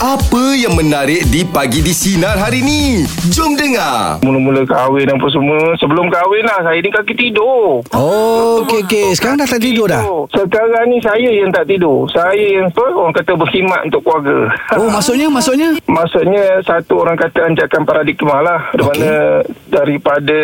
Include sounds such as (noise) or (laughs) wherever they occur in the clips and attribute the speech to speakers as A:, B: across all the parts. A: Apa yang menarik di pagi di sinar hari ni? Jom dengar.
B: Mula-mula kahwin apa semua Sebelum kahwin lah Saya ni kaki tidur
C: Oh, okey okey. Sekarang dah tak tidur dah.
B: Oh, Sekarang ni saya yang tak tidur Saya yang apa Orang kata berkhidmat untuk keluarga
C: Oh, maksudnya maksudnya
B: (laughs) Maksudnya Satu orang kata Anjakan paradigma lah okay. Mana Daripada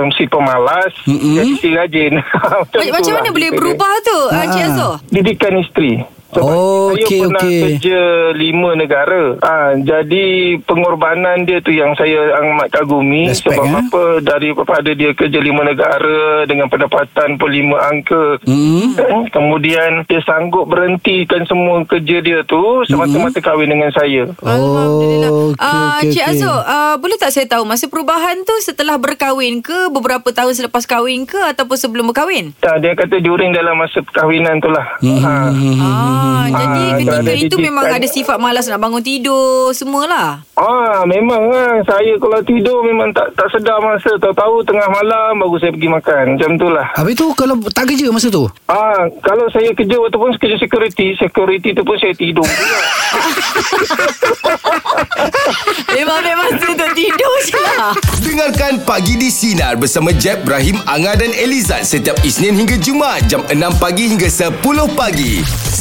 B: um, Si pemalas
C: Mm-mm.
B: Jadi si rajin (laughs) Macam,
D: Ma-
B: tu
D: Macam
B: lah
D: mana
B: kita
D: boleh
B: dia.
D: berubah tu ha. Cik Azor?
B: Didikan isteri Sebab
C: Oh,
B: saya
C: okey,
B: pernah
C: okey.
B: kerja lima negara. Ha, jadi pengorbanan dia tu yang saya amat kagumi
C: Respect,
B: sebab
C: eh?
B: apa daripada dia kerja lima negara dengan pendapatan pun lima angka.
C: Hmm.
B: Eh, Kemudian dia sanggup berhentikan semua kerja dia tu semata-mata kahwin dengan saya.
D: Alhamdulillah.
C: Hmm. Oh, okey,
D: Ah,
C: okey,
D: Cik
C: okey.
D: Azor, ah, boleh tak saya tahu masa perubahan tu setelah berkahwin ke beberapa tahun selepas kahwin ke ataupun sebelum berkahwin?
B: Ha, dia kata during dalam masa perkahwinan tu lah.
C: Hmm,
B: Ha.
D: Ah, jadi
B: Ah,
D: ketika
B: kalau ada
D: itu memang
B: digital-
D: ada sifat malas nak bangun tidur semualah.
B: Ah, memang lah. Saya kalau tidur memang tak tak sedar masa. Tahu-tahu tengah malam baru saya pergi makan. Macam tu lah.
C: Habis tu kalau tak kerja masa tu?
B: Ah, kalau saya kerja waktu pun kerja security, security tu pun saya tidur. pula.
D: Memang memang untuk tidur je lah.
A: Dengarkan Pagi di Sinar bersama Jeb, Ibrahim, Anga dan Elizad setiap Isnin hingga Jumaat jam 6 pagi hingga 10 pagi.